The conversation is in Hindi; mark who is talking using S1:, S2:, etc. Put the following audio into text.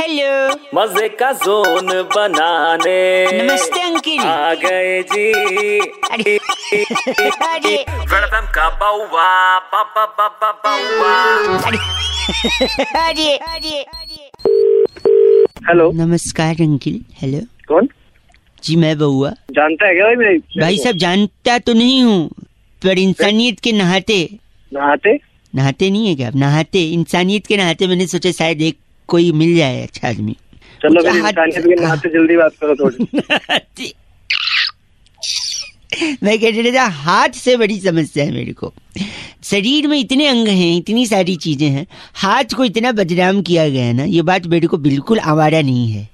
S1: हेलो
S2: मजे का जोन बनाने
S1: नमस्ते अंकिल
S2: आ गए जी
S1: अरे अरे
S2: वेलकम का बउआ बाबा बाबा बउआ
S1: अरे अरे
S3: हेलो
S1: नमस्कार अंकिल हेलो
S3: कौन
S1: जी मैं बउआ
S3: जानता है क्या भाई मेरे
S1: भाई साहब जानता तो नहीं हूँ पर इंसानियत के नहाते
S3: नहाते
S1: नहाते नहीं है क्या आप? नहाते इंसानियत के नहाते मैंने सोचा शायद एक कोई मिल जाए अच्छा आदमी
S3: चलो मेरी
S1: हाँ,
S3: इंसानियत के नहाते जल्दी बात करो थोड़ी
S1: नहाते। मैं कह रहा था हाथ से बड़ी समस्या है मेरे को शरीर में इतने अंग हैं इतनी सारी चीजें हैं हाथ को इतना बदनाम किया गया है ना ये बात मेरे को बिल्कुल आवारा नहीं है